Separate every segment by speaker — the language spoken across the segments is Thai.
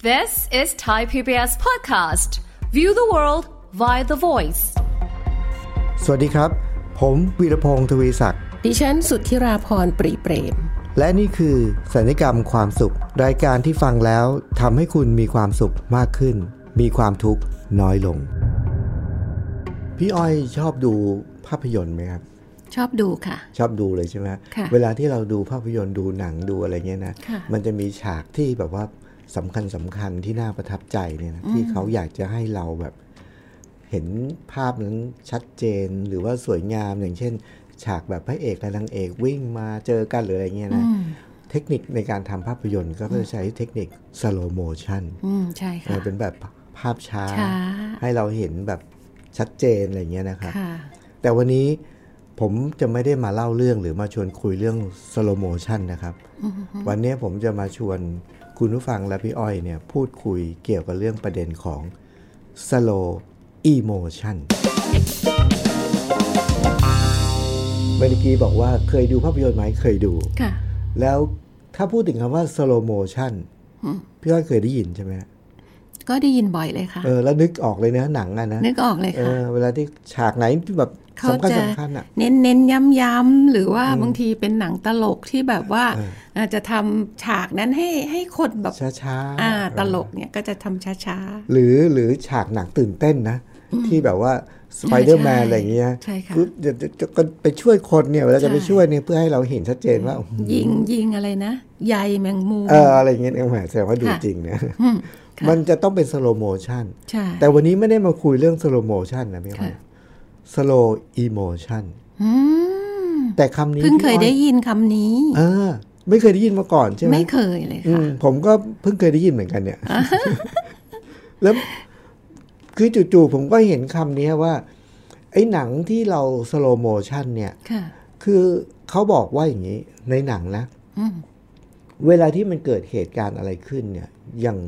Speaker 1: This is Thai PBS podcast. View the world via the voice.
Speaker 2: สวัสดีครับ ผมวีรพงศ์ทวีศักดิ์
Speaker 3: ดิฉันสุทธิราพรปรีเปรม
Speaker 2: และนี่คือสัญญกรรมความสุข รายการที่ฟังแล้วทำให้คุณมีความสุขมากขึ้น มีความทุกข์น้อยลง พี่อ้อยชอบดูภาพยนตร์ไหมครับ
Speaker 3: ชอบดูค่ะ
Speaker 2: ชอบดูเลยใช่ไหม
Speaker 3: ค่ะ
Speaker 2: เวลาที่เราดูภาพยนตร์ดูหนังดูอะไรเงี้ยนะ
Speaker 3: ค่ะ
Speaker 2: มันจะมีฉากที่แบบว่าสำคัญสำคัญที่น่าประทับใจเนี่ยนะที่เขาอยากจะให้เราแบบ เห็นภาพนั้นชัดเจนหรือว่าสวยงามอย่างเช่น ฉากแบบพระเอกและนางเอกวิ่งมาเจอกันหรืออะไรเงี้ยนะ เทคนิคในการทำภาพยนตร์ก็จะใช้เทคนิคสโลโมชัน
Speaker 3: อืมใช่ค่ะ
Speaker 2: เป็นแบบภาพช้า
Speaker 3: ช้า
Speaker 2: ให้เราเห็นแบบชัดเจนอะไรเงี้ยนะครับ
Speaker 3: ค่ะ
Speaker 2: แต่วันนี้ผมจะไม่ได้มาเล่าเรื่องหรือมาชวนคุยเรื่องสโลโมชันนะครับ วันนี้ผมจะมาชวนคุณผู้ฟังและพี่อ้อยเนี่ยพูดคุยเกี่ยวกับเรื่องประเด็นของสโลอีโมชันเมื่อกี้บอกว่าเคยดูภาพยนตร์ไหมเคยดู
Speaker 3: ค่ะ
Speaker 2: แล้วถ้าพูดถึงคำว่าสโลโมชันพี่อ้อยเคยได้ยินใช่ไหมฮะ
Speaker 3: ก็ได้ยินบ่อยเลยค่ะ
Speaker 2: เออแล้วนึกออกเลยนะหนังอะนะ
Speaker 3: นึกออกเลย
Speaker 2: เอ
Speaker 3: ค่ะ
Speaker 2: อเวลาที่ฉากไหนที่แบบ
Speaker 3: เขา
Speaker 2: สำคัญ
Speaker 3: จะ
Speaker 2: สำคัญอะ
Speaker 3: เน้นเน้นย้ำย้ำๆหรือว่าบางทีเป็นหนังตลกที่แบบว่าอาจจะทำฉากนั้นให้ให้คนแบบ
Speaker 2: ช้าช้าๆ
Speaker 3: อ่า
Speaker 2: เออ
Speaker 3: ตลกเนี่ยก็จะทำช้า
Speaker 2: หรือหรือฉากหนังตื่นเต้นนะ ที่แบบว่าสไปเดอร์แมน
Speaker 3: ใช่
Speaker 2: อะไรอย่างเงี้ย
Speaker 3: ใช่ค่ะ
Speaker 2: อจะจะจะก็ไปช่วยคนเนี่ยเวลา
Speaker 3: ใช่
Speaker 2: จะไปช่วยเนี่ยเพื่อให้เราเห็นชัดเจนว่า
Speaker 3: ๆ ยิงยิงอะไรนะใยแมงมุม
Speaker 2: เอออะไรอย่างเงี้ยเนี่ยแหมแสดงว่าดู
Speaker 3: ค่ะ
Speaker 2: จริงนะ
Speaker 3: อืมค่ะ
Speaker 2: มันจะต้องเป็นสโลโมชัน
Speaker 3: ใช่
Speaker 2: แต่วันนี้ไม่ได้มาคุยเรื่องสโลโมชันนะพี่อ้อย
Speaker 3: ค่ะ
Speaker 2: สโลอีโมชัน
Speaker 3: อืม
Speaker 2: แต่คำนี้
Speaker 3: เพิ่งเคย
Speaker 2: พี่อ้อ
Speaker 3: ได้ยินคำนี้
Speaker 2: เออ ไม่เคยได้ยินมาก่อนใช่ไหม
Speaker 3: ไม่เคยเลย
Speaker 2: อื
Speaker 3: ค่ะ
Speaker 2: มผมก็เพิ่งเคยได้ยินเหมือนกันเนี่ย แล้วคือจู่ๆผมก็เห็นคำนี้ว่า ไอ้หนังที่เราสโลโมชันเนี่ย
Speaker 3: ค่ะ
Speaker 2: คือเขาบอกว่าอย่างนี้ ในหนังนะ
Speaker 3: อืม
Speaker 2: เวลาที่มันเกิดเหตุการณ์อะไรขึ้นเนี่ย อย่าง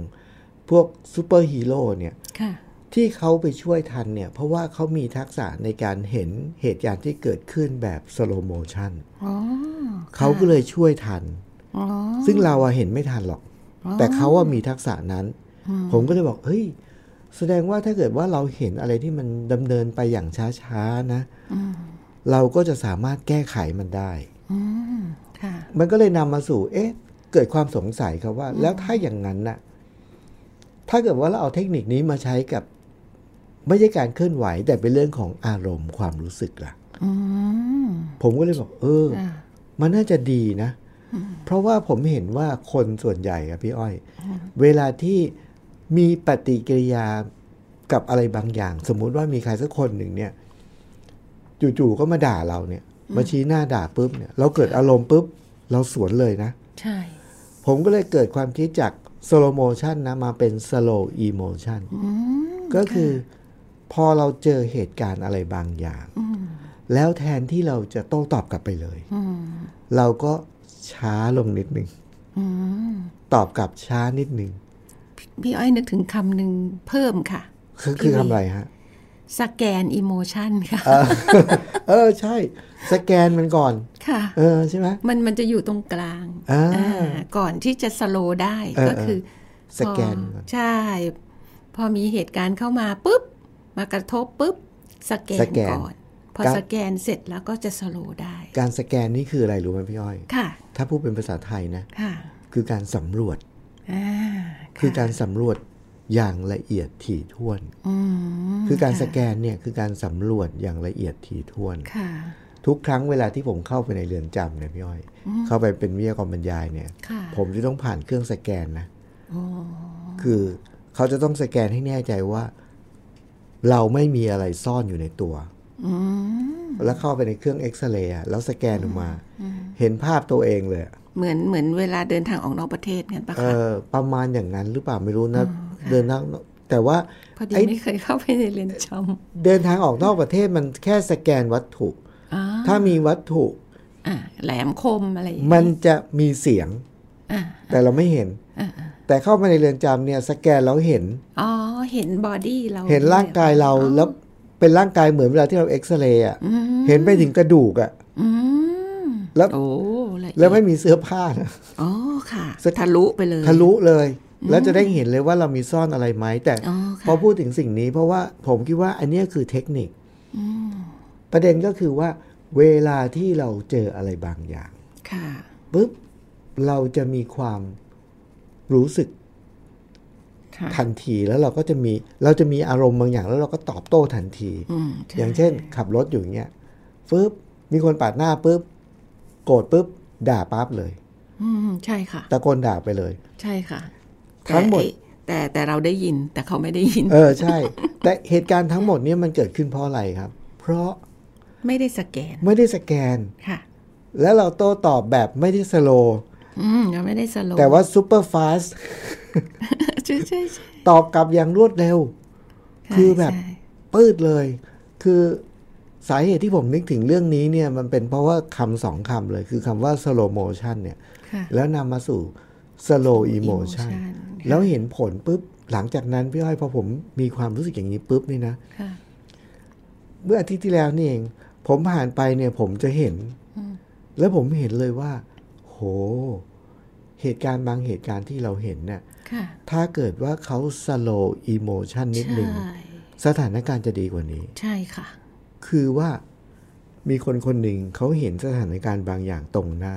Speaker 2: พวกซูเปอร์ฮีโร่เนี่ย
Speaker 3: ค่ะ
Speaker 2: ที่เขาไปช่วยทันเนี่ย เพราะว่าเขามีทักษะในการเห็นเหตุการณ์ที่เกิดขึ้นแบบสโลโมชัน
Speaker 3: อ๋อ
Speaker 2: เขาก็เลยช่วยทัน
Speaker 3: อ๋อ
Speaker 2: ซึ่งเราอะเห็นไม่ทันหรอก
Speaker 3: อ๋อ
Speaker 2: แต่เขาว่ามีทักษะนั้น ผมก็เลยบอก เฮ้ย แสดงว่าถ้าเกิดว่าเราเห็นอะไรที่มันดำเนินไปอย่างช้าๆนะ เราก็จะสามารถแก้ไขมันได้
Speaker 3: อืม ค่ะ
Speaker 2: มันก็เลยนำมาสู่ เอ๊ะ เกิดความสงสัยครับว่า แล้วถ้าอย่างนั้นน่ะ ถ้าเกิดว่าเราเอาเทคนิคนี้มาใช้กับ ไม่ใช่การเคลื่อนไหว แต่เป็นเรื่องของอารมณ์ความรู้สึกล่ะ
Speaker 3: อืม
Speaker 2: ผมก็เลยบอก เออ
Speaker 3: อ่า
Speaker 2: มันน่าจะดีนะ เพราะว่าผมเห็นว่าคนส่วนใหญ่ครับพี่อ้อย เวลาที่มีปฏิกิริยากับอะไรบางอย่าง สมมุติว่ามีใครสักคนหนึ่งเนี่ย จู่ๆก็มาด่าเราเนี่ย มาชี้หน้าด่าปุ๊บเนี่ย เราเกิดอารมณ์ปุ๊บ เราสวนเลยนะ
Speaker 3: ใช่
Speaker 2: ผมก็เลยเกิดความคิดจากสโลโมชันนะมาเป็นสโลอีโมชันก็คือพอเราเจอเหตุการณ์อะไรบางอย่าง แล้วแทนที่เราจะโต้ตอบกลับไปเลย เราก็ช้าลงนิดนึง
Speaker 3: อืม
Speaker 2: ตอบกลับช้านิดนึง
Speaker 3: พี่อ้อยนึกถึงคำหนึ่งเพิ่มค่ะ
Speaker 2: คือคือทำอะไรฮะ
Speaker 3: สแกนอิโมชันค่ะ
Speaker 2: เออ เออใช่ สแกนมันก่อน
Speaker 3: ค่ะ
Speaker 2: เออใช่ไหม
Speaker 3: มันมันจะอยู่ตรงกลาง
Speaker 2: อ่า
Speaker 3: อ่าก่อนที่จะสโลได้
Speaker 2: เออ
Speaker 3: ก็คือ
Speaker 2: สแกน
Speaker 3: พอใช่ พอมีเหตุการณ์เข้ามาปุ๊บ มากระทบปุ๊บ สแกน
Speaker 2: สแกน
Speaker 3: ก่อน พอ
Speaker 2: ครับ
Speaker 3: สแกนเสร็จแล้วก็จะสโลได้
Speaker 2: การสแกนนี่คืออะไรรู้ไหมพี่อ้ อย
Speaker 3: ค่ะ
Speaker 2: ถ้าพูดเป็นภาษาไทยนะ
Speaker 3: ค่ะ
Speaker 2: คือการสำรวจ
Speaker 3: อ่าะ
Speaker 2: คือการสำรวจอย่างละเอียดถี่ถ้วน
Speaker 3: อืม
Speaker 2: คือการสแกนเนี่ยคือการสำรวจอย่างละเอียดถี่ถ้วน
Speaker 3: ค่ะ
Speaker 2: ทุกครั้งเวลาที่ผมเข้าไปในเรือนจำเนี่ยพี่อ้อย เข้าไปเป็นวิทยากรบรรยายเนี่ย
Speaker 3: ค่ะ
Speaker 2: ผมจะต้องผ่านเครื่องสแกนนะ
Speaker 3: อ๋อ
Speaker 2: คือเขาจะต้องสแกนให้แน่ใจว่า เราไม่มีอะไรซ่อนอยู่ในตัว
Speaker 3: อืม
Speaker 2: แล้วเข้าไปในเครื่องเอ็กซเรย์อะแล้วสแกนออกมา เห็นภาพตัวเองเลยอะ
Speaker 3: เหมือนเหมือนเวลาเดินทางออกนอกประเทศกันปะ
Speaker 2: เอ
Speaker 3: คะ
Speaker 2: อประมาณอย่างนั้นหรือเปล่าไม่รู้นะ เดินทางแต่ว่า
Speaker 3: พอดี
Speaker 2: ไอ้
Speaker 3: ไม่เคยเข้าไปในเรือนจ
Speaker 2: เดินทางออกนอกประเทศมันแค่สแกนวัตถุ
Speaker 3: ำอ๋อ
Speaker 2: ถ้ามีวัตถุ
Speaker 3: อ่าแหลมคมอะไรอย่างงี้
Speaker 2: มันจะมีเสียง
Speaker 3: อ่า
Speaker 2: แต่เราไม่เห็น
Speaker 3: อ่า
Speaker 2: แต่เข้ามาในเรือนจำเนี่ย สแกนแล้วเห็น
Speaker 3: อ๋อ เห็นบอดี้เรา
Speaker 2: เห็นร่างกายเราแล้วเป็นร่างกายเหมือนเวลาที่เราเอ็กซเรย์อะเห็นไปถึงกระดูกอะ
Speaker 3: อืม
Speaker 2: แล้ว
Speaker 3: โอ้ละเอียด
Speaker 2: แล้วไม่มีเสื้อผ้านะ
Speaker 3: อ๋อค่ะ
Speaker 2: สะ
Speaker 3: ทะลุไปเลย
Speaker 2: ทะลุเลย แล้วจะได้เห็นเลยว่าเรามีซ่อนอะไรไหมแต่
Speaker 1: อ๋อค่ะ
Speaker 2: พอพูดถึงสิ่งนี้เพราะว่าผมคิดว่าอันเนี้ยคือเทคนิคประเด็นก็คือว่า เวลาที่เราเจออะไรบางอย่าง
Speaker 3: ค่ะ
Speaker 2: ปุ๊บเราจะมีความรู้สึก
Speaker 3: ค่ะ
Speaker 2: ทันทีแล้วเราก็จะมีเราจะมีอารมณ์บางอย่างแล้วเราก็ตอบโต้ทันที
Speaker 3: อืมใช่
Speaker 2: อย่างเช่น ขับรถอยู่อย่างเงี้ยปุ๊บมีคนปาดหน้าปุ๊บโกรธปุ๊บด่าปั๊บเลย
Speaker 3: อืมใช่ค่ะ
Speaker 2: ตะโกนด่าไปเลย
Speaker 3: ใช่ค่ะ
Speaker 2: ทั้งหมด
Speaker 3: แต่แต่แต่เราได้ยินแต่เขาไม่ได้ยิน
Speaker 2: เออใช่ แต่เหตุการณ์ทั้งหมดเนี่ยมันเกิดขึ้นเพราะอะไรครับ เพราะ
Speaker 3: ไม่ได้สแกน
Speaker 2: ไม่ได้สแกน
Speaker 3: ค่ะ
Speaker 2: แล้วเราโต้ตอบแบบไม่ได้สโลว์
Speaker 3: อืมเราไม่ได้สโล
Speaker 2: แต่ว่าซูเปอร์ฟาส
Speaker 3: ใช่ใช่ใช่
Speaker 2: ตอบกลับอย่างรวดเร็ว
Speaker 3: ใช่
Speaker 2: คือแบบ
Speaker 3: ใช่
Speaker 2: ปืดเลย คือสาเหตุที่ผมนึกถึงเรื่องนี้เนี่ย มันเป็นเพราะว่าคำสองคำเลย คือคำว่า slow motion เนี่ย
Speaker 3: ค่ะ
Speaker 2: แล้วนำมาสู่ slow
Speaker 3: emotion
Speaker 2: emotion
Speaker 3: ค่ะ
Speaker 2: แล้วเห็นผลปุ๊บ หลังจากนั้นพี่อ้อยพอผมมีความรู้สึกอย่างนี้ปุ๊บนี่นะ
Speaker 3: ค่ะ
Speaker 2: เมื่ออาทิตย์ที่แล้วนี่เอง ผมผ่านไปเนี่ยผมจะเห็น แล้วผมเห็นเลยว่า โห เหตุการณ์บางเหตุการณ์ที่เราเห็นเนี่ย
Speaker 3: ค่ะ
Speaker 2: ถ้าเกิดว่าเขา slow emotion นิดนึง
Speaker 3: ใช่
Speaker 2: สถานการณ์จะดีกว่านี้
Speaker 3: ใช่ค่ะ
Speaker 2: คือว่ามีคนคนหนึ่งเขาเห็นสถานการณ์บางอย่างตรงหน้า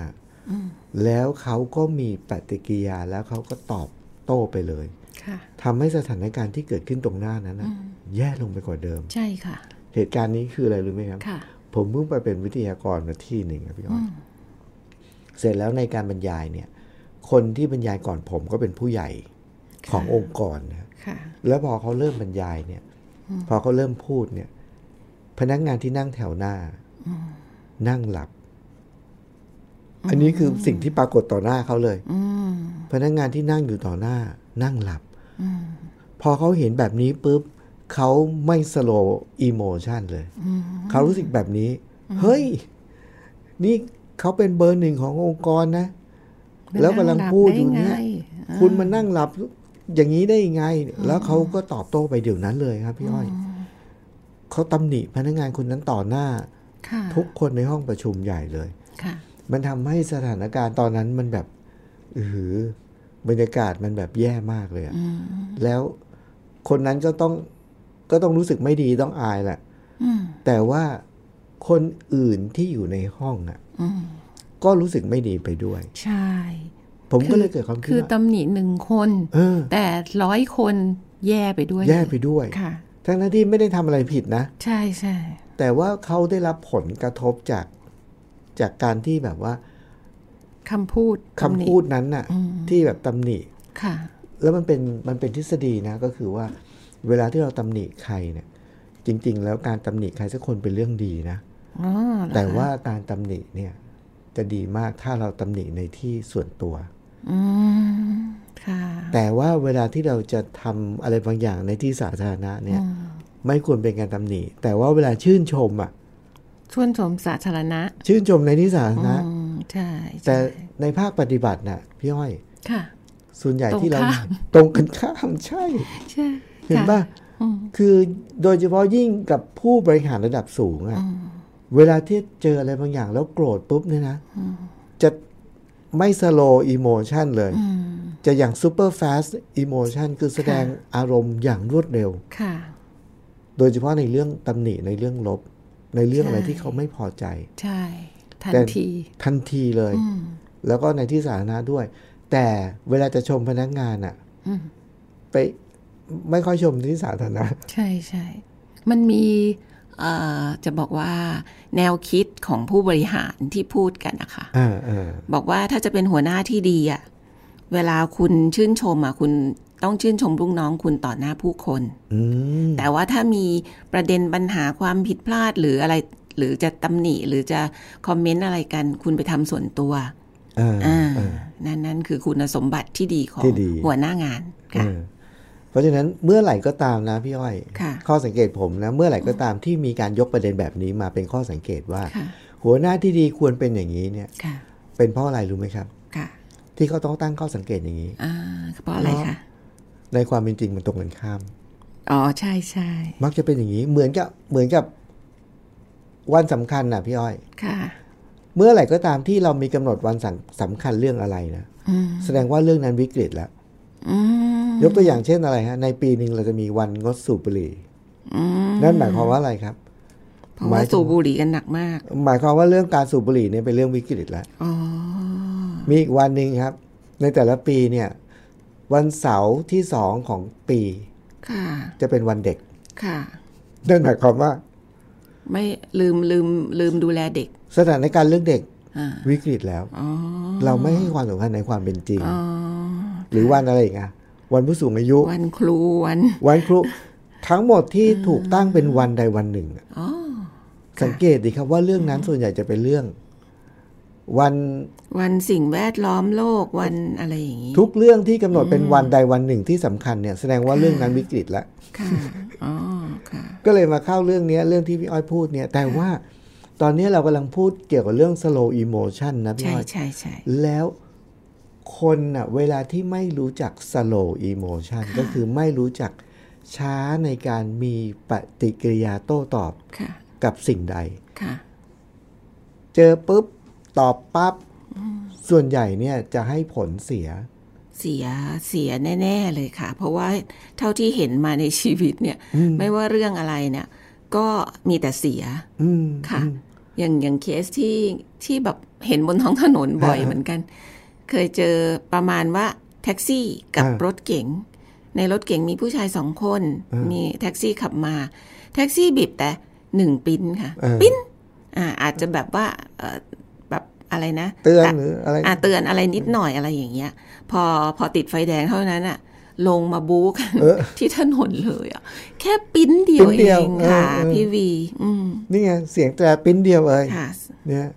Speaker 2: แล้วเขาก็มีปฏิกิริยาแล้วเขาก็ตอบโต้ไปเลย
Speaker 3: ค่ะ
Speaker 2: ทำให้สถานการณ์ที่เกิดขึ้นตรงหน้านั้นนะแย่ลงไปกว่าเดิม
Speaker 3: ใช่ค่ะ
Speaker 2: เหตุการณ์นี้คืออะไรรู้ไหมครับ
Speaker 3: ค่ะ
Speaker 2: ผมเพิ่งไปเป็นวิทยากรมาที่หนึ่งครับพี่อ้อยเสร็จแล้วในการบรรยายเนี่ย คนที่บรรยายก่อนผมก็เป็นผู้ใหญ่ขององค์กรนะ
Speaker 3: ค่ะ
Speaker 2: แล้วพอเขาเริ่มบรรยายเนี่ย พอเขาเริ่มพูดเนี่ย พนักงานที่นั่งแถวหน้า นั่งหลับ อันนี้คือสิ่งที่ปรากฏต่อหน้าเขาเลย
Speaker 3: อืม
Speaker 2: พนักงานที่นั่งอยู่ต่อหน้า นั่งหลับพอเขาเห็นแบบนี้ปุ๊บเขาไม่สโลว์อีโมชันเลยเขารู้สึกแบบนี้ เฮ้ย นี่เขาเป็นเบอร์หนึ่งขององค์กรนะ
Speaker 3: มัน
Speaker 2: แล้วกำลังพูดอยู่เนี่ย
Speaker 3: นั่งหลับได้ไง
Speaker 2: คุณมานั่งหลับอย่างนี้ได้ยังไง แล้วเขาก็ตอบโต้ไปเดี๋ยวนั้นเลยครับพี่อ้อยเขาตำหนิพนักงานคนนั้นต่อหน้า
Speaker 3: ค่ะ
Speaker 2: ทุกคนในห้องประชุมใหญ่เลย
Speaker 3: ค่ะ
Speaker 2: มันทำให้สถานการณ์ตอนนั้นมันแบบอือหือบรรยากาศมันแบบแย่มากเลยอะแล้วคนนั้นก็ต้องก็ต้องรู้สึกไม่ดีต้องอายแหละ
Speaker 3: อืม
Speaker 2: แต่ว่าคนอื่นที่อยู่ในห้องอ่ะ
Speaker 3: อืม
Speaker 2: ก็รู้สึกไม่ดีไปด้วย
Speaker 3: ใช่
Speaker 2: ผมก็เลยเกิดความคิด
Speaker 3: คือ
Speaker 2: ว่า
Speaker 3: ตำหนิหนึ่งคน
Speaker 2: เออ
Speaker 3: แต่ร้อยคนแย่ไปด้วย
Speaker 2: แย่ไปด้วย
Speaker 3: ค่ะ
Speaker 2: ทั้งนั้นที่ไม่ได้ทำอะไรผิดนะ
Speaker 3: ใช่ใช่
Speaker 2: แต่ว่าเขาได้รับผลกระทบจากจากการที่แบบว่า
Speaker 3: คำพูด
Speaker 2: คำ
Speaker 3: ตำหนิ
Speaker 2: พูดนั้นน่ะ ที่แบบตำหนิ
Speaker 3: ค่ะ
Speaker 2: แล้วมันเป็นมันเป็นทฤษฎีนะก็คือว่า เวลาที่เราตำหนิใครเนี่ย จริง ๆ แล้วการตำหนิใครสักคนเป็นเรื่องดีนะ
Speaker 3: อ๋อเหรอ
Speaker 2: แต่ว่าการตำหนิเนี่ย จะดีมากถ้าเราตำหนิในที่ส่วนตัว
Speaker 3: อืม ค่ะ
Speaker 2: แต่ว่าเวลาที่เราจะทำอะไรบางอย่างในที่สาธารณะเนี่ย ไม่ควรเป็นการตำหนิ แต่ว่าเวลาชื่นชมอ่ะ
Speaker 3: ชวนชมสาธารณะ
Speaker 2: ชื่นชมในที่สาธารณะ
Speaker 3: อืม ใช่
Speaker 2: แต่
Speaker 3: ใช่
Speaker 2: ในภาคปฏิบัติน่ะพี่อ้อย
Speaker 3: ค่ะ
Speaker 2: ส่วนใหญ่ที่เรา
Speaker 3: ตรงข้าม
Speaker 2: ตรงกันข้าม ใช่
Speaker 3: ใช่
Speaker 2: เห็น
Speaker 3: ค่ะ
Speaker 2: ป่ะคือโดยเฉพาะยิ่งกับผู้บริหารระดับสูงอะเวลาที่เจออะไรบางอย่างแล้วโกรธปุ๊บเนี่ยนะ จะไม่สโลอีโมชันเลย จะอย่างซูเปอร์ฟาสอีโมชันคือแสดง
Speaker 3: ค่ะ
Speaker 2: อารมณ์อย่างรวดเร็ว
Speaker 3: ค่ะ
Speaker 2: โดยเฉพาะในเรื่องตำหนิในเรื่องลบ ในเรื่องอะไร
Speaker 3: ใช่
Speaker 2: ที่เขาไม่พอใจ
Speaker 3: ใช่ ทัน
Speaker 2: แต่
Speaker 3: ที
Speaker 2: ทันทีเลย แล้วก็ในที่สาธารณะด้วย แต่เวลาจะชมพนักงานอะ
Speaker 3: อืม
Speaker 2: ไปไม่ค่อยชมที่สาธารณะ
Speaker 3: ใช่ใช่มันมีเอ่อจะบอกว่าแนวคิดของผู้บริหารที่พูดกันนะคะ
Speaker 2: อ่าอ่า
Speaker 3: บอกว่าถ้าจะเป็นหัวหน้าที่ดีอะเวลาคุณชื่นชมอะคุณต้องชื่นชมลูกน้องคุณต่อหน้าผู้คน
Speaker 2: อืม
Speaker 3: แต่ว่าถ้ามีประเด็นปัญหาความผิดพลาดหรืออะไร หรือจะตำหนิหรือจะคอมเมนต์อะไรกัน คุณไปทำส่วนตัว
Speaker 2: เออ
Speaker 3: อ่านั่นนั่นคือคุณสมบัติที่ดีของ
Speaker 2: ที่ดี
Speaker 3: หัวหน้างาน
Speaker 2: เอ
Speaker 3: ค่ะ
Speaker 2: อเพราะฉะนั้นเมื่อไหร่ก็ตามนะพี่อ้อย
Speaker 3: ค่ะ
Speaker 2: ข้อสังเกตผมนะ เมื่อไหร่ก็ตามที่มีการยกประเด็นแบบนี้มาเป็นข้อสังเกตว่า
Speaker 3: ค่ะ
Speaker 2: หัวหน้าที่ดีควรเป็นอย่างนี้เนี่ย
Speaker 3: ค่ะ
Speaker 2: เป็นเพราะอะไรรู้ไหมครับ
Speaker 3: ค่ะ
Speaker 2: ที่เขาต้องตั้งข้อสังเกตอย่างนี้
Speaker 3: อ่าเพราะอะไรคะ
Speaker 2: ในความเป็นจริงมันตรงกันข้าม
Speaker 3: อ๋อใช่ใช่
Speaker 2: มักจะเป็นอย่างนี้ เหมือนกับเหมือนกับวันสำคัญนะพี่อ้อย
Speaker 3: ค่ะ
Speaker 2: เมื่อไหร่ก็ตามที่เรามีกำหนดวันสำสำคัญเรื่องอะไรนะแสดงว่าเรื่องนั้นวิกฤตแล้ว
Speaker 3: อืม
Speaker 2: ยกตัวอย่างเช่นอะไรฮะในปีหนึ่งเราจะมีวันงดสูบบุหรี่
Speaker 3: อืม
Speaker 2: นั่นหมายความว่าอะไรครับ
Speaker 3: เพราะว่าสูบบุหรี่กันหนักมาก
Speaker 2: หมายความว่าเรื่องการสูบบุหรี่เนี่ยเป็นเรื่องวิกฤตแล้ว
Speaker 3: อ๋อ
Speaker 2: มีอีกวันหนึ่งครับ ในแต่ละปีเนี่ย วันเสาร์ที่สองของปี
Speaker 3: ค่ะ
Speaker 2: จะเป็นวันเด็ก
Speaker 3: ค่ะ
Speaker 2: นั่นหมายความว่า
Speaker 3: ไม่ลืมลืมลืมดูแลเด็ก
Speaker 2: สถานการณ์เรื่องเด็ก
Speaker 3: อ่า
Speaker 2: วิกฤตแล้ว
Speaker 3: อ๋อ
Speaker 2: เราไม่ให้ความสำคัญในความเป็นจริง
Speaker 3: อ๋อ
Speaker 2: หรือวันอะไรอีกอะวันผู้สูงอายุ
Speaker 3: วันครูวัน
Speaker 2: วันครูทั้งหมดที่ถูกตั้งเป็นวันใดวันหนึ่งอะ
Speaker 3: อ๋อ
Speaker 2: สังเกตดีครับว่าเรื่องนั้นส่วนใหญ่จะเป็นเรื่อง วัน
Speaker 3: วันสิ่งแวดล้อมโลกวันอะไรอย่างนี้
Speaker 2: ทุกเรื่องที่กำหนดเป็นวันใดวันหนึ่งที่สำคัญเนี่ยแสดงว่าเรื่องนั้นวิกฤตแล้ว
Speaker 3: ค่ะอ๋อค่ะ
Speaker 2: ก็เลยมาเข้าเรื่องเนี้ยเรื่องที่พี่อ้อยพูดเนี่ย แต่ว่าตอนนี้เรากำลังพูดเกี่ยวกับเรื่อง slow emotion นะพี่
Speaker 3: ใช่
Speaker 2: อ้อย
Speaker 3: ใช่ใช่
Speaker 2: แล้วคนน่ะเวลาที่ไม่รู้จัก slow emotion ก็คือไม่รู้จักช้าในการมีปฏิกิริยาโต้ตอบ
Speaker 3: ค่ะ
Speaker 2: กับสิ่งใด
Speaker 3: ค่ะ
Speaker 2: เจอปุ๊บ ตอบปับ๊บ ส่วนใหญ่เนี่ยจะให้ผลเสีย
Speaker 3: เสียเสียแน่ ๆ เลยค่ะ เพราะว่าเท่าที่เห็นมาในชีวิตเนี่ย ไม่ว่าเรื่องอะไรเนี่ย ก็มีแต่เสีย
Speaker 2: อืม
Speaker 3: ค่ะ อย่างอย่างเคสที่ที่แบบเห็นบนท้องถนนบ่อย
Speaker 2: อ่า
Speaker 3: เหมือนกัน เคยเจอประมาณว่าแท็กซี่กับ
Speaker 2: อ่าร
Speaker 3: ถเก๋งในรถเก๋งมีผู้ชายสองคน
Speaker 2: อ่ามี
Speaker 3: มีแท็กซี่ขับมา แท็กซี่บีบแต่หนึ่งปิ้นค่ะ
Speaker 2: อ่า
Speaker 3: ปิ้นอ่าอาจจะแบบว่าเอ่อแบบอะไรนะ
Speaker 2: เตือนหรืออะไร
Speaker 3: อ่ะเตือนอะไรนิดหน่อยอะไรอย่างเงี้ย พอพอติดไฟแดงเท่านั้นอ่ะ ลงมาบู๊กัน
Speaker 2: เออ
Speaker 3: ที่ถนนเลยอ่ะ แค่ปิ้นเดียว
Speaker 2: ปิ้น
Speaker 3: เอ
Speaker 2: เดียว
Speaker 3: งค่ะ
Speaker 2: เออเออ
Speaker 3: พี่วี อืม
Speaker 2: นี่ไงเสียงแต่ปิ้นเดียวเลย
Speaker 3: ค่ะ
Speaker 2: เนี่ย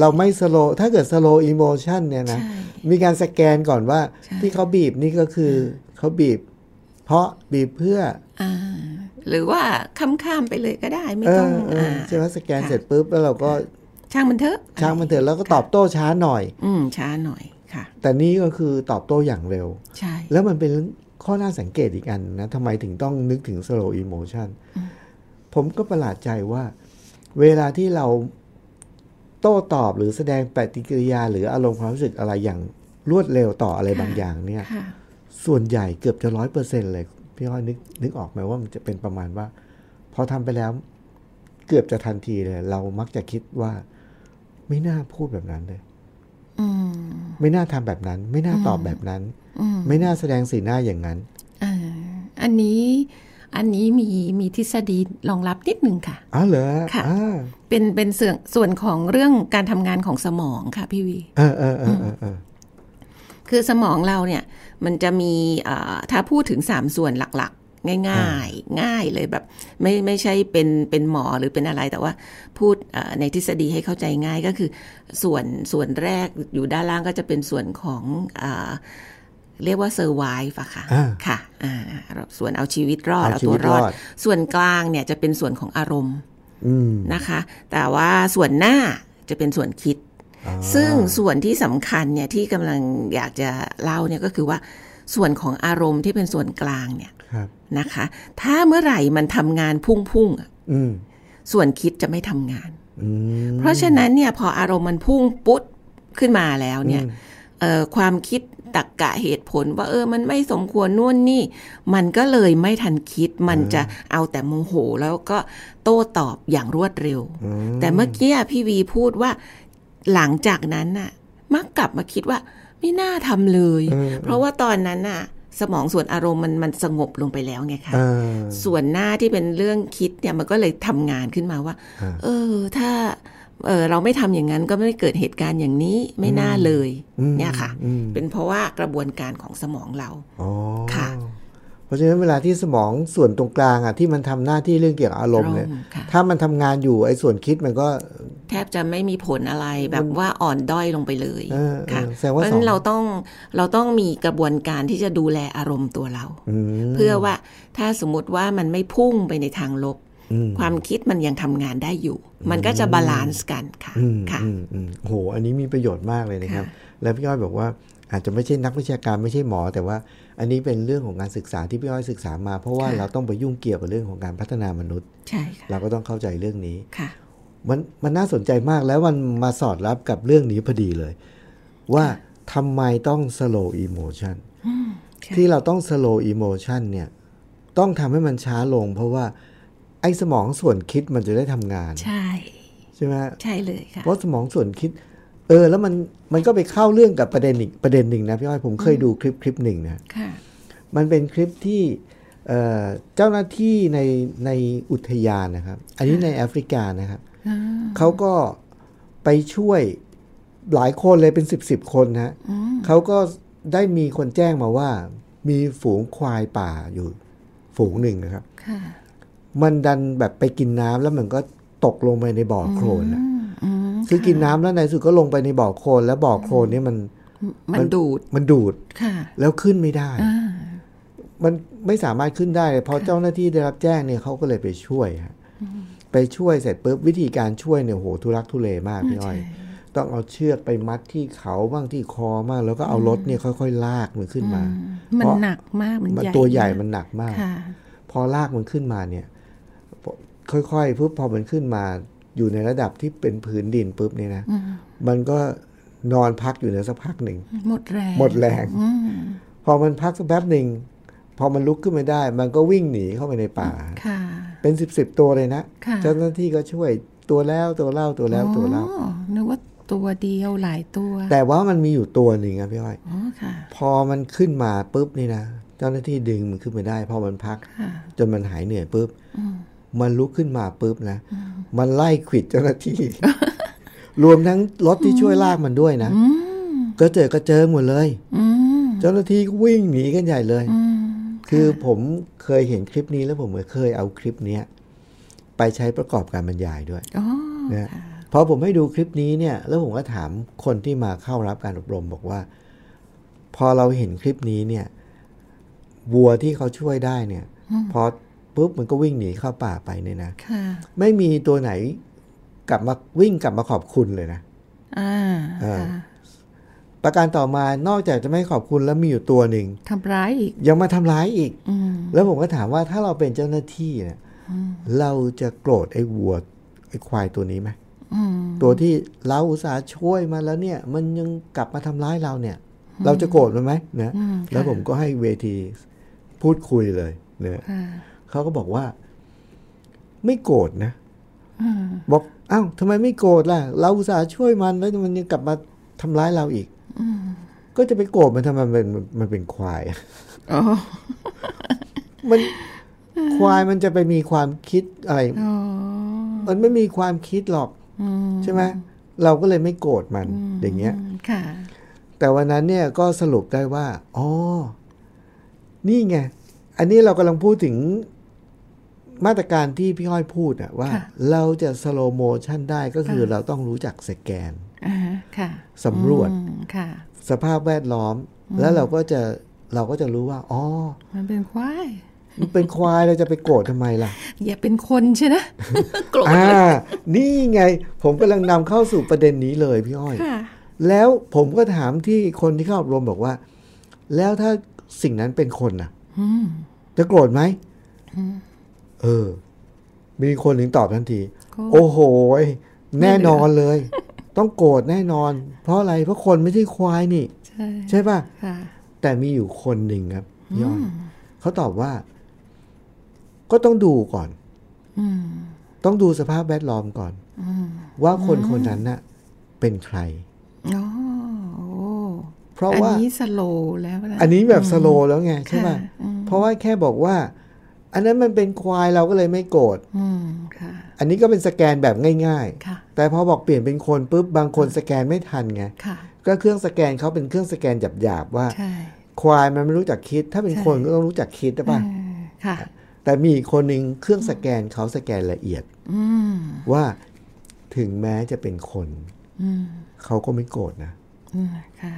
Speaker 2: เราไม่ slow ถ้าเกิด slow emotion เนี่ยนะ
Speaker 3: ใช่
Speaker 2: มีการสแกนก่อนว่าที่เขาบีบนี่ก็คืออเขาบีบ เพราะบีบเพื่อ
Speaker 3: อ่า หรือว่าข้ามๆไปเลยก็ได้ไม่
Speaker 2: เอ
Speaker 3: ต้อง
Speaker 2: อเออ
Speaker 3: อ่า
Speaker 2: ใช่ไหมสแกน
Speaker 3: ค่ะ
Speaker 2: เสร็จปุ๊บ แล้วเราก็
Speaker 3: ช่างมันเถอะ
Speaker 2: ช้างมันเถอะแล้วก็ตอบโต้ช้าหน่อย
Speaker 3: อืมช้าหน่อยค่ะ
Speaker 2: แต่นี่ก็คือตอบโต้อย่างเร็ว
Speaker 3: ใช่
Speaker 2: แล้วมันเป็นข้อน่าสังเกตอีกอันนะทำไมถึงต้องนึกถึง slow emotion ผมก็ประหลาดใจว่า เวลาที่เราโต้ตอบหรือแสดงปฏิกิริยา หรืออารมณ์ความรู้สึกอะไรอย่างรวดเร็วต่ออะไรบางอย่างเนี่ย
Speaker 3: ค่ะ
Speaker 2: ส่วนใหญ่เกือบจะร้อยเปอร์เซ็นเลยพี่อ้อยนึกนึกออกไหมว่ามันจะเป็นประมาณว่า พอทำไปแล้ว เกือบจะทันทีเลย เรามักจะคิดว่า ไม่น่าพูดแบบนั้นเลย
Speaker 3: อืม
Speaker 2: ไม่น่าทำแบบนั้น ไม่น่าตอบแบบนั้น
Speaker 3: อืม
Speaker 2: ไม่น่าแสดงสีหน้าอย่างนั้น
Speaker 3: อ่าอันนี้อันนี้มีมีทฤษฎีรองรับนิดนึงค่ะ
Speaker 2: อ้าวเหรอ
Speaker 3: ค่ะ
Speaker 2: อ่า
Speaker 3: เป็นเป็นส่วนส่วนของเรื่องการทำงานของสมองค่ะพี่วี
Speaker 2: เออเออเออเออเออ
Speaker 3: คือสมองเราเนี่ยมันจะมีเอ่อถ้าพูดถึง 3 ส่วนหลักๆ ง่ายๆ ง่ายเลยแบบไม่ไม่ใช่เป็นเป็นหมอหรือเป็นอะไรแต่ว่าพูดเอ่อในทฤษฎีให้เข้าใจง่ายก็คือส่วนส่วนแรกอยู่ด้านล่างก็จะเป็นส่วนของเอ่อเรียกว่าเซอร์ไวฟ์อะค่ะ
Speaker 2: อ่า
Speaker 3: ค่ะอ่าส่วนเอาชีวิตรอด
Speaker 2: เอา
Speaker 3: เอา
Speaker 2: ชี
Speaker 3: ตั
Speaker 2: วิ
Speaker 3: ว
Speaker 2: ต
Speaker 3: ร
Speaker 2: ร
Speaker 3: อ
Speaker 2: อ
Speaker 3: ด
Speaker 2: ด
Speaker 3: ส่วนกลางเนี่ยจะเป็นส่วนของอารมณ์
Speaker 2: อืม
Speaker 3: นะคะ แต่ว่าส่วนหน้าจะเป็นส่วนคิด
Speaker 2: อ่า
Speaker 3: ซึ่งส่วนที่สำคัญเนี่ยที่กำลังอยากจะเล่าเนี่ยก็คือว่าส่วนของอารมณ์ที่เป็นส่วนกลางเนี่ย
Speaker 2: ครับ
Speaker 3: นะคะ ถ้าเมื่อไหร่มันทำงานพุ่งๆอะ
Speaker 2: อืม
Speaker 3: ส่วนคิดจะไม่ทำงาน
Speaker 2: อืม
Speaker 3: เพราะฉะนั้นเนี่ยพออารมณ์มันพุ่งปุ๊บขึ้นมาแล้วเนี่ยเอ่อความคิดตักกะเหตุผลว่าเออมันไม่สมควรนู่นนี่ มันก็เลยไม่ทันคิดมันจะเอาแต่โมโหแล้วก็โต้ตอบอย่างรวดเร็ว แต่เมื่อกี้พี่วีพูดว่าหลังจากนั้นน่ะ มักกลับมาคิดว่าไม่น่าทำเลย
Speaker 2: เออ
Speaker 3: เพราะว่าตอนนั้นน่ะ สมองส่วนอารมณ์มันมันสงบลงไปแล้วไงคะ
Speaker 2: อ่า
Speaker 3: ส่วนหน้าที่เป็นเรื่องคิดเนี่ยมันก็เลยทำงานขึ้นมาว่า
Speaker 2: อ่า
Speaker 3: เออ ถ้าเออเราไม่ทำอย่างนั้นก็ไม่เกิดเหตุการณ์อย่างนี้ไม่น่าเลย
Speaker 2: อืม
Speaker 3: เนี่ยค่ะ
Speaker 2: อืม
Speaker 3: เป็นเพราะว่ากระบวนการของสมองเรา
Speaker 2: อ๋อ
Speaker 3: ค่ะ
Speaker 2: เพราะฉะนั้นเวลาที่สมองส่วนตรงกลางอ่ะที่มันทำหน้าที่เรื่องเกี่ยวกับอารมณ์เนี่ย
Speaker 3: ตงค่ะ
Speaker 2: ถ้ามันทำงานอยู่ไอ้ส่วนคิดมันก็
Speaker 3: แทบจะไม่มีผลอะไรแบบว่าอ่อนด้อยลงไปเลย
Speaker 2: เออเออ
Speaker 3: ค่ะ
Speaker 2: แสดงว่า
Speaker 3: เพราะ
Speaker 2: ส
Speaker 3: ฉะนั้
Speaker 2: อนง
Speaker 3: เราต้องเราต้องมีกระบวนการที่จะดูแลอารมณ์ตัวเรา
Speaker 2: อืม
Speaker 3: เพื่อว่าถ้าสมมติว่ามันไม่พุ่งไปในทางลบ
Speaker 2: อืม
Speaker 3: ความคิดมันยังทำงานได้อยู่ มันก็จะบาลานซ์กันค่ะ
Speaker 2: อืม
Speaker 3: ค่ะ
Speaker 2: อืมอืมโห อันนี้มีประโยชน์มากเลยนะครับ แล้วพี่อ้อยบอกว่าอาจจะไม่ใช่นักวิชาการไม่ใช่หมอ แต่ว่าอันนี้เป็นเรื่องของการศึกษาที่พี่อ้อยศึกษามา เพราะว่า
Speaker 3: ค่ะ
Speaker 2: เราต้องไปยุ่งเกี่ยวกับเรื่องของการพัฒนามนุษย์
Speaker 3: ใช่ค่ะ
Speaker 2: เราก็ต้องเข้าใจเรื่องนี้
Speaker 3: ค่ะ
Speaker 2: มันมันน่าสนใจมากแล้วมันมาสอดรับกับเรื่องนี้พอดีเลย ว่าทำไมต้อง slow emotion ที่เราต้อง slow emotion เนี่ย ต้องทำให้มันช้าลง เพราะว่าไอ้สมองส่วนคิดมันจะได้ทำงาน
Speaker 3: ใช่
Speaker 2: ใช่ไหม
Speaker 3: ใช่เลยค่ะ
Speaker 2: เพราะสมองส่วนคิด เออ แล้วมันมันก็ไปเข้าเรื่องกับประเด็นอีกประเด็นหนึ่งนะพี่อ้อยผมเคยดูคลิปคลิปหนึ่งนะ
Speaker 3: ค่ะ
Speaker 2: มันเป็นคลิปที่เอ่อเจ้าหน้าที่ในในอุทยานนะครับ อันนี้ในแอฟริกานะครับเขาก็ไปช่วยหลายคนเลยเป็นสิบสิบคนนะฮะเขาก็ได้มีคนแจ้งมาว่า มีฝูงควายป่าอยู่ฝูงหนึ่งนะครับ
Speaker 3: ค่ะ
Speaker 2: มันดันแบบไปกินน้ำแล้วมันก็ตกลงไปในบ่อโคลนอะคือกินน้ำแล้วในสุดก็ลงไปในบ่อโคลนแล้วบ่อโคลนเนี่ยมัน
Speaker 3: มันดูด
Speaker 2: มันดูด
Speaker 3: ค่ะ
Speaker 2: แล้วขึ้นไม่ได้ มันไม่สามารถขึ้นได้เลยเพราะเจ้าหน้าที่ได้รับแจ้งเนี่ยเขาก็เลยไปช่วยฮะไปช่วยเสร็จปุ๊บวิธีการช่วยเนี่ยโหทุรักทุเลมากพี่อ้อย ต้องเอาเชือกไปมัดที่เขาบ้างที่คอบ้างแล้วก็เอารถเนี่ยค่อยๆ ลากมันขึ้นมาเพ
Speaker 3: มัน
Speaker 2: ราะ
Speaker 3: หนักมาก มัน
Speaker 2: มัน
Speaker 3: ใหญ่
Speaker 2: ตัวใหญ่
Speaker 3: าก
Speaker 2: มันหนักมาก
Speaker 3: ค่ะ
Speaker 2: พอลากมันขึ้นมาเนี่ยพอค่อยๆปุ๊บพอมันขึ้นมา อยู่ในระดับที่เป็นผืนดินปุ๊บเนี่ยนะมันก็นอนพักอยู่ในยสักพักหนึ่ง
Speaker 3: หมดแรง
Speaker 2: หมดแรง พอมันพักสักแป๊บหนึ่ง พอมันลุกขึ้นไม่ได้ มันก็วิ่งหนีเข้าไปในป่า
Speaker 3: ค่ะ
Speaker 2: เป็นสิบสิบตัวเลยนะ
Speaker 3: ค่ะ
Speaker 2: เจ้าหน้าที่ก็ช่วยตัวแล้วตัวเล่าตัวแล้วตัวเล่า
Speaker 3: อ๋อนึกว่าตัวเดียวหลายตัว
Speaker 2: แต่ว่ามันมีอยู่ตัวหนึ่งครับพี่อ้อย
Speaker 3: อ๋อ ค่ะ
Speaker 2: พอมันขึ้นมาปุ๊บนี่นะ เจ้าหน้าที่ดึงมันขึ้นมาได้ พอมันพัก
Speaker 3: ค่ะ
Speaker 2: จนมันหายเหนื่อยปุ๊บ มันลุกขึ้นมาปุ๊บนะ มันไล่ขวิดเจ้าหน้าที่ รวมทั้งรถที่ช่วยลากมันด้วยนะ ก็เจอก็เจอหมดเลย
Speaker 3: อืม
Speaker 2: เจ้าหน้าที่ก็วิ่งหนีกันใหญ่เลย คือผมเคยเห็นคลิปนี้แล้วผมก็เคยเอาคลิปเนี้ยไปใช้ประกอบการบรรยายด้วย
Speaker 3: อ๋อ
Speaker 2: นะพอผมให้ดูคลิปนี้เนี่ย แล้วผมก็ถามคนที่มาเข้ารับการอบรมบอกว่า พอเราเห็นคลิปนี้เนี่ยวัวที่เขาช่วยได้เนี่ยพอปุ๊บมันก็วิ่งหนีเข้าป่าไปเนี่ยนะ
Speaker 3: ค่ะ
Speaker 2: ไม่มีตัวไหนกลับมาวิ่งกลับมาขอบคุณเลยนะ
Speaker 3: อ่า
Speaker 2: เออ
Speaker 3: ค่ะ
Speaker 2: ประการต่อมานอกจากจะไม่ขอบคุณแล้วมีอยู่ตัวหนึ่ง
Speaker 3: ทำร้ายอีก
Speaker 2: ยังมาทำร้ายอีก
Speaker 3: อืม
Speaker 2: แล้วผมก็ถามว่าถ้าเราเป็นเจ้าหน้าที่เนี่ยเราจะโกรธไอ้วัวไอ้ควายตัวนี้ไหม
Speaker 3: อืม
Speaker 2: ตัวที่เราอุตส่าห์ช่วยมาแล้วเนี่ย มันยังกลับมาทำร้ายเราเนี่ย เราจะโกรธมันไหมนะ
Speaker 3: อืมค่ะ
Speaker 2: แล้วผมก็ให้เวทีพูดคุยเลยเนี่ย
Speaker 3: ค่ะ
Speaker 2: เขาก็บอกว่า ไม่โกรธนะ
Speaker 3: อืม
Speaker 2: บอกอ้าวทำไมไม่โกรธล่ะ เราอุตส่าห์ช่วยมันแล้วมันยังกลับมาทำร้ายเราอีกก็จะไปโกรธมันทำไมมันเป็นมันเป็นควาย
Speaker 3: อ๋อ
Speaker 2: มัน ควายมันจะไปมีความคิดอะไร
Speaker 3: อ๋อ
Speaker 2: มันไม่มีความคิดหรอก
Speaker 3: อืม
Speaker 2: ใช่ไหมเราก็เลยไม่โกรธมันอย่างเงี้ย
Speaker 3: ค่ะ
Speaker 2: แต่วันนั้นเนี่ยก็สรุปได้ว่าอ๋อนี่ไง อันนี้เรากำลังพูดถึงมาตรการที่พี่อ้อยพูดอะว่า
Speaker 3: ค่ะ
Speaker 2: เราจะสโลโมชันได้ก็คือเราต้องรู้จักสแกน
Speaker 3: อ่าฮะค่ะ
Speaker 2: สำรวจ
Speaker 3: อืมค่ะ
Speaker 2: สภาพแวดล้อม แล้วเราก็จะเราก็จะรู้ว่าอ๋อ
Speaker 3: มันเป็นควาย
Speaker 2: มันเป็นควายเราจะไปโกรธทำไมล่ะ
Speaker 3: อย่าเป็นคนใช่นะ โกรธ
Speaker 2: อ่า นี่ไง ผมกำลังนำเข้าสู่ประเด็นนี้เลยพี่อ้อย
Speaker 3: ค่ะ
Speaker 2: แล้วผมก็ถามที่คนที่เข้าอบรมบอกว่า แล้วถ้าสิ่งนั้นเป็นคนน่ะจะโกรธไหมเออ มีคนถึงตอบทันที
Speaker 3: โกรธ
Speaker 2: โอ้โหยแน่นอนเลย ต้องโกรธแน่นอน เพราะอะไร เพราะคนไม่ใช่ควายนี่
Speaker 3: ใช่
Speaker 2: ใช่ป่ะ
Speaker 3: ค่ะ
Speaker 2: แต่มีอยู่คนหนึ่งครับพี่อ้อยเขาตอบว่า ก็ต้องดูก่อนต้องดูสภาพแวดล้อมก่อนว่าคนคนนั้นน่ะ เป็นใคร
Speaker 3: อ๋อโอ้
Speaker 2: เพราะ
Speaker 3: อัน
Speaker 2: ว่า
Speaker 3: นี้สโลว์แล้วนะ
Speaker 2: อันนี้แบบสโลว์แล้วไงใช่ป่ะ
Speaker 3: ค่ะอืม
Speaker 2: เพราะว่าแค่บอกว่า อันนั้นมันเป็นควายเราก็เลยไม่โกรธ
Speaker 3: อืมค่ะ
Speaker 2: อันนี้ก็เป็นสแกนแบบง่าย
Speaker 3: ค่ะ
Speaker 2: ๆ แต่พอบอกเปลี่ยนเป็นคนปุ๊บบางคนสแกนไม่ทันไง
Speaker 3: ค่ะ
Speaker 2: ก็เครื่องสแกนเขาเป็นเครื่องสแกนหยาบๆว่า
Speaker 3: ใช่
Speaker 2: ควายมันไม่รู้จักคิด ถ้าเป็นคนก็ต้องรู้จักคิดใช่ป่ะ
Speaker 3: เออค่ะ
Speaker 2: แต่มีอีกคนหนึ่งเครื่องสแกนเขาสแกนละเอียดว่าถึงแม้จะเป็นคนเขาก็ไม่โกรธนะ
Speaker 3: อืมค่ะ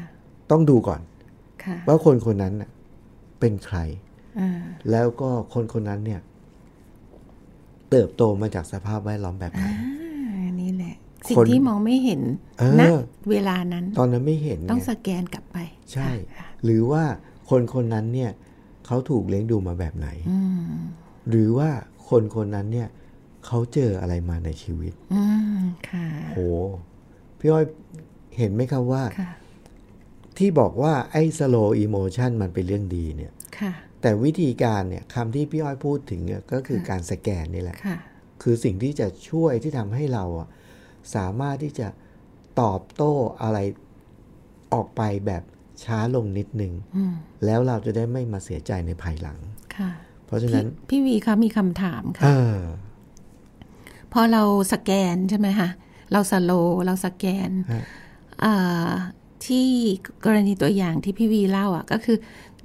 Speaker 2: ต้องดูก่อน
Speaker 3: ค่ะ
Speaker 2: ว่าคนคนนั้นน่ะเป็นใคร
Speaker 3: อ่า
Speaker 2: แล้วก็คนคนนั้นเนี่ย เติบโตมาจากสภาพแวดล้อมแบบไหน
Speaker 3: อันนี้แหละ สิ่ง
Speaker 2: คน
Speaker 3: ที่มองไม่เห็น
Speaker 2: เออ
Speaker 3: ณเวลานั้น
Speaker 2: ตอนนั้นไม่เห็นไ
Speaker 3: ต้องสแกนกลับไป
Speaker 2: ใช่
Speaker 3: ค่ะ
Speaker 2: หรือว่าคนคนนั้นเนี่ยเขาถูกเลี้ยงดูมาแบบไหน หรือว่าคนคนนั้นเนี่ยเขาเจออะไรมาในชีวิต
Speaker 3: อืม ค่ะ
Speaker 2: โห พี่อ้อยเห็นไหมครับว่า
Speaker 3: ค่ะ
Speaker 2: ที่บอกว่าไอ้สโลอีโมชันมันเป็นเรื่องดีเนี่ย
Speaker 3: ค่ะ
Speaker 2: แต่วิธีการเนี่ยคำที่พี่อ้อยพูดถึงเนี่ยก็คือการสแกนนี่แหละ
Speaker 3: ค่ะ
Speaker 2: คือสิ่งที่จะช่วยที่ทำให้เราอะสามารถที่จะตอบโต้อะไรออกไปแบบช้าลงนิดนึง
Speaker 3: อืม
Speaker 2: แล้วเราจะได้ไม่มาเสียใจในภายหลัง
Speaker 3: ค่ะ
Speaker 2: เพราะฉะ
Speaker 3: พี่
Speaker 2: นั้น
Speaker 3: พี่วีคะมีคำถาม
Speaker 2: เอ
Speaker 3: ค่ะ
Speaker 2: อ
Speaker 3: พอเราสแกนใช่ไหมคะเราสโลว์เราสแกน
Speaker 2: ฮะ
Speaker 3: เอ่อที่กรณีตัวอย่างที่พี่วีเล่าอ่ะก็คือ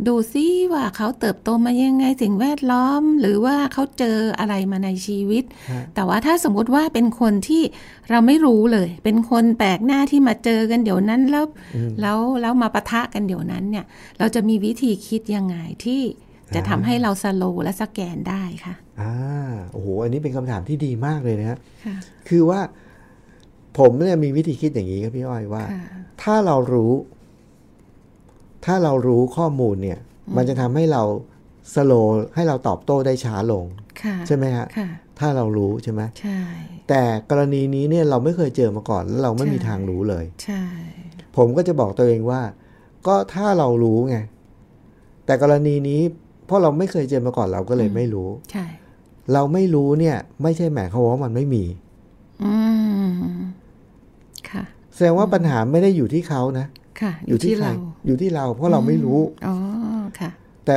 Speaker 3: ดูซิว่าเขาเติบโตมายังไงสิ่งแวดล้อม หรือว่าเขาเจออะไรมาในชีวิต
Speaker 2: ฮะ
Speaker 3: แต่ว่าถ้าสมมติว่าเป็นคนที่เราไม่รู้เลย เป็นคนแปลกหน้าที่มาเจอกันเดี๋ยวนั้นแล้วแล้วแล้วมาปะทะกันเดี๋ยวนั้นเนี่ย เราจะมีวิธีคิดยังไงที่จะทำให้เราสโลว์และสแกนได้ค่ะ
Speaker 2: อ่าโอ้โห อันนี้เป็นคำถามที่ดีมากเลยนะฮะ
Speaker 3: ค่ะ
Speaker 2: คือว่าผมเนี่ยมีวิธีคิดอย่างนี้ครับพี่อ้อยว่า
Speaker 3: ค่ะ
Speaker 2: ถ้าเรารู้ ถ้าเรารู้ข้อมูลเนี่ย มันจะทำให้เราสโลให้เราตอบโต้ได้ช้าลง
Speaker 3: ค่ะ
Speaker 2: ใช่ไหมฮะ
Speaker 3: ค่ะ
Speaker 2: ถ้าเรารู้ใช่ไหม
Speaker 3: ใช่
Speaker 2: แต่กรณีนี้เนี่ยเราไม่เคยเจอมาก่อนแล้วเราไม่
Speaker 3: ใช่
Speaker 2: มีทางรู้เลย
Speaker 3: ใช่
Speaker 2: ผมก็จะบอกตัวเองว่า ก็ถ้าเรารู้ไงแต่กรณีนี้เพราะเราไม่เคยเจอมาก่อนเราก็เลยไม่รู้
Speaker 3: ใช่
Speaker 2: เราไม่รู้เนี่ย ไม่ใช่หมายความว่ามันไม่มี
Speaker 3: อืมค่ะ
Speaker 2: แสดงว่าปัญหาไม่ได้อยู่ที่เขานะ
Speaker 3: ค่ะ อยู่ที่
Speaker 2: ใค
Speaker 3: เรา
Speaker 2: อยู่ที่เราเพราะเราไม่รู้
Speaker 3: อ๋อค่ะ
Speaker 2: แต่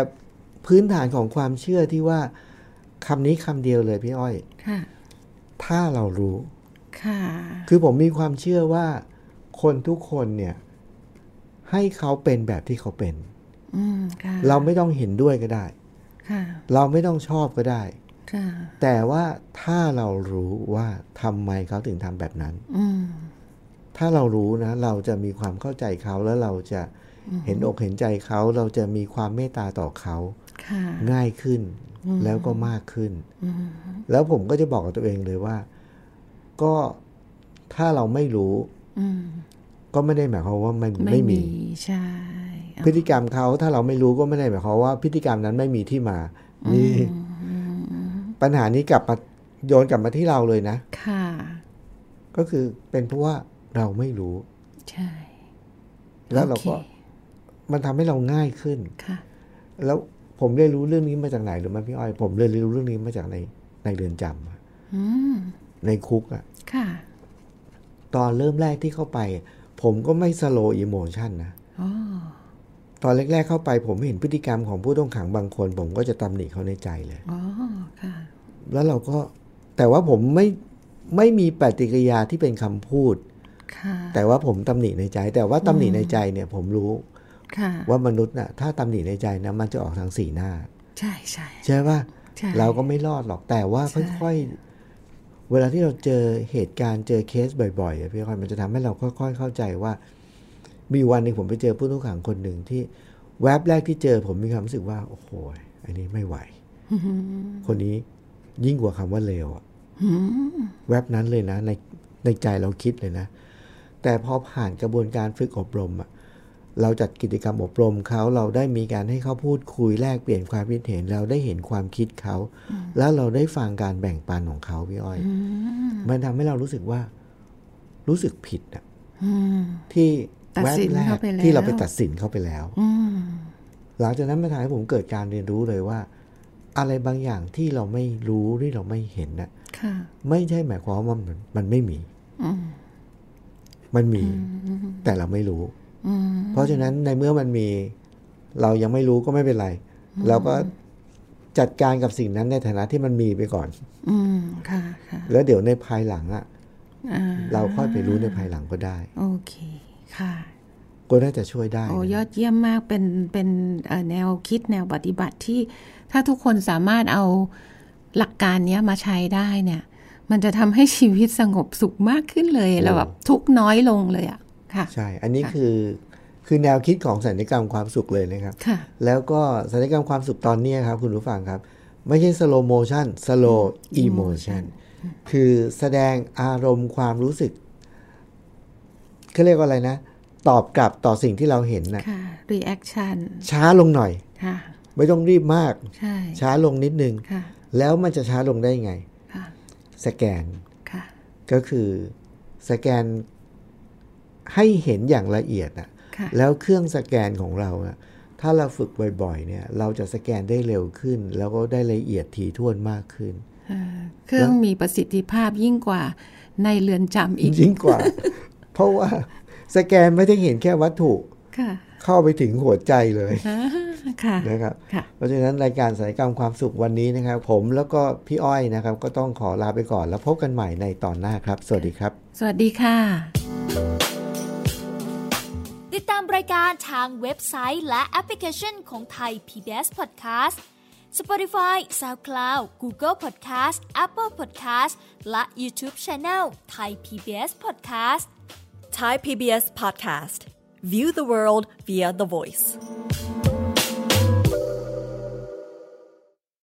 Speaker 2: พื้นฐานของความเชื่อที่ว่าคำนี้คำเดียวเลยพี่อ้อย
Speaker 3: ค่ะ
Speaker 2: ถ้าเรารู้
Speaker 3: ค่ะ
Speaker 2: คือผมมีความเชื่อว่า คนทุกคนเนี่ย ให้เขาเป็นแบบที่เขาเป็น
Speaker 3: อืมค่ะ
Speaker 2: เราไม่ต้องเห็นด้วยก็ได้
Speaker 3: ค่ะ
Speaker 2: เราไม่ต้องชอบก็ได้
Speaker 3: ค่ะ
Speaker 2: แต่ว่าถ้าเรารู้ว่าทำไมเขาถึงทำแบบนั้น
Speaker 3: อืม
Speaker 2: ถ้าเรารู้นะ เราจะมีความเข้าใจเขาแล้วเราจะเห็นอกเห็นใจเขา เราจะมีความเมตตาต่อเขา
Speaker 3: ค่ะ
Speaker 2: ง่ายขึ้นแล้วก็มากขึ้น แล้วผมก็จะบอกกับตัวเองเลยว่า ก็ถ้าเราไม่รู้
Speaker 3: อืม
Speaker 2: ก็ไม่ได้หมายความว่ามัน
Speaker 3: ไม่
Speaker 2: ไม่
Speaker 3: มี
Speaker 2: มี
Speaker 3: ใช่
Speaker 2: พฤติกรรมเขาถ้าเราไม่รู้ก็ไม่ได้หมายความว่าพฤติกรรมนั้นไม่มีที่มานี่ปัญหานี้กลับมาโยนกลับมาที่เราเลยนะ
Speaker 3: ค่ะ
Speaker 2: ก็คือเป็นเพราะว่าเราไม่รู้
Speaker 3: ใช่
Speaker 2: แล้วเราก็
Speaker 3: โอค
Speaker 2: มันทำให้เราง่ายขึ้น
Speaker 3: ค่ะ
Speaker 2: แล้วผมเรียนรู้เรื่องนี้มาจากไหนหรือไม่พี่อ้อย ผมเรียนรู้เรื่องนี้มาจากในในเรือนจำอะ
Speaker 3: อืม
Speaker 2: ในคุกอะ
Speaker 3: ค่ะ
Speaker 2: ตอนเริ่มแรกที่เข้าไป ผมก็ไม่สโลอีโมชันนะ
Speaker 3: อ๋อ
Speaker 2: ตอนแรก ๆ เข้าไป ผมเห็นพฤติกรรมของผู้ต้องขังบางคน ผมก็จะตำหนิเขาในใจเลย
Speaker 3: อ๋อ ค่ะ
Speaker 2: แล้วเราก็แต่ว่าผมไม่ไม่มีปฏิกิริยาที่เป็นคำพูด
Speaker 3: ค่ะ
Speaker 2: แต่ว่าผมตำหนิในใจ แต่ว่าตำหนิในใจเนี่ย ผมรู้
Speaker 3: ค่ะ
Speaker 2: ว่ามนุษย์น่ะถ้าตำหนิในใจนะมันจะออกทางสีหน้า
Speaker 3: ใช่ใช่
Speaker 2: ใช่ป่ะ
Speaker 3: ใช่
Speaker 2: เราก็ไม่รอดหรอกแต่ว่าค่อยๆ เวลาที่เราเจอเหตุการณ์เจอเคสบ่อยๆอะพี่ค่อยมันจะทำให้เราค่อยๆเข้าใจว่า มีวันหนึ่งผมไปเจอผู้ต้องขังคนหนึ่งที่แวบแรกที่เจอผมมีความรู้สึกว่า โอ้โหอันนี้ไม่ ไหว
Speaker 3: อืม
Speaker 2: คนนี้ยิ่งกว่าคำว่าเลวอะ
Speaker 3: อืม
Speaker 2: แวบนั้นเลยนะ ในในใจเราคิดเลยนะ แต่พอผ่านกระบวนการฝึกอบรมอะเราจัดกิจกรรมอบรมเขาเราได้มีการให้เขาพูดคุยแลกเปลี่ยนความคิดเห็นเราได้เห็นความคิดเขา แล้วเราได้ฟังการแบ่งปันของเขาพี่อ้อย
Speaker 3: อืม
Speaker 2: มันทำให้เรารู้สึกว่า รู้สึกผิดอะ
Speaker 3: อืม
Speaker 2: ที่
Speaker 3: ตัด
Speaker 2: แวบ
Speaker 3: สิน
Speaker 2: แรก
Speaker 3: เขาไปแล้ว
Speaker 2: ที่เราไปตัดสินเขาไปแล้ว
Speaker 3: อืม
Speaker 2: หลังจากนั้นมันทำให้ผมเกิดการเรียนรู้เลยว่า อะไรบางอย่างที่เราไม่รู้ที่เราไม่เห็นน่ะ
Speaker 3: ค่ะ
Speaker 2: ไม่ใช่หมายความว่ามันมันไม่มี
Speaker 3: อืม
Speaker 2: มันมี แต่เราไม่รู้
Speaker 3: อืม
Speaker 2: เพราะฉะนั้นในเมื่อมันมี เรายังไม่รู้ก็ไม่เป็นไร เราก็จัดการกับสิ่งนั้นในฐานะที่มันมีไปก่อน
Speaker 3: อืม ค่ะค่ะ
Speaker 2: แล้วเดี๋ยวในภายหลังอะ
Speaker 3: อ่า
Speaker 2: เราค่อยไปรู้ในภายหลังก็ได้
Speaker 3: โอเค ค่ะ
Speaker 2: ก็น่าจะช่วยได้
Speaker 3: โอ้
Speaker 2: นะ
Speaker 3: ยอดเยี่ยมมาก เป็นเป็นเอ่อแนวคิดแนวปฏิบัติที่ ถ้าทุกคนสามารถเอาหลักการเนี้ยมาใช้ได้เนี่ย มันจะทำให้ชีวิตสงบสุขมากขึ้นเลยแล้วแบบทุกข์น้อยลงเลยอ่ะ ค่ะ
Speaker 2: ใช่ อันนี้คือคือแนวคิดของสัญญกรรมความสุขเลยนะครับ
Speaker 3: ค่ะ
Speaker 2: แล้วก็สัญญกรรมความสุขตอนเนี้ยครับ คุณผู้ฟังครับ ไม่ใช่สโลโมชันสโลอีโมชันคือแสดงอารมณ์ความรู้สึกเขาเรียกว่าอะไรนะ ตอบกลับต่อสิ่งที่เราเห็นนะ
Speaker 3: ค่ะ reaction
Speaker 2: ช้าลงหน่อย
Speaker 3: ค่ะ
Speaker 2: ไม่ต้องรีบมาก
Speaker 3: ใช่
Speaker 2: ช้าลงนิดนึง
Speaker 3: ค่ะ
Speaker 2: แล้วมันจะช้าลงได้ไง
Speaker 3: ค่ะ
Speaker 2: สแกน
Speaker 3: ค่ะ
Speaker 2: ก็คือสแกนให้เห็นอย่างละเอียดอะ
Speaker 3: ค่ะ
Speaker 2: แล้วเครื่องสแกนของเราอะถ้าเราฝึกบ่อยๆเนี่ย เราจะสแกนได้เร็วขึ้น แล้วก็ได้ละเอียดถี่ถ้วนมากขึ้น
Speaker 3: อ่าเครื่องมีประสิทธิภาพยิ่งกว่าในเรือนจำอีก
Speaker 2: ยิ่งกว่า เพราะว่าสแกนไม่ได้เห็นแค่วัตถุ
Speaker 3: ค่ะ
Speaker 2: เข้าไปถึงหัวใจเลย
Speaker 3: อ่าค่ะ
Speaker 2: นะครับ
Speaker 3: ค่ะ
Speaker 2: เพราะฉะนั้นรายการสายกรรมความสุขวันนี้นะครับ ผมแล้วก็พี่อ้อยนะครับ ก็ต้องขอลาไปก่อนแล้วพบกันใหม่ในตอนหน้าครับ สวัสดีครับ
Speaker 3: สวัสดีค่ะ
Speaker 4: ติดตามรายการทางเว็บไซต์และแอปพลิเคชันของไทย PBS Podcast Spotify SoundCloud Google Podcast Apple Podcast และ YouTube Channel ไทย PBS Podcast
Speaker 5: Thai PBS podcast. View the world via the voice.